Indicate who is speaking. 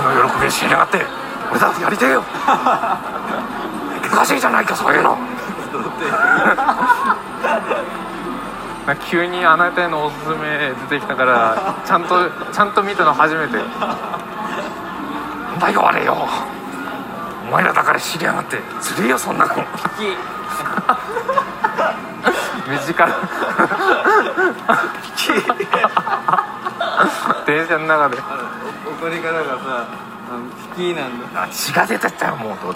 Speaker 1: 上死にやがって俺だってやりてえよおかしいじゃないかそういうの
Speaker 2: なんか急にあなたへのおすすめ出てきたからちゃんとちゃんと見たの初めて
Speaker 1: なんだよあれよお前らだから知りやがってずるいよそんなの
Speaker 2: 目力 電車の中で
Speaker 3: 怒り方がさあのキキなんだ
Speaker 1: 血が出てったよもうど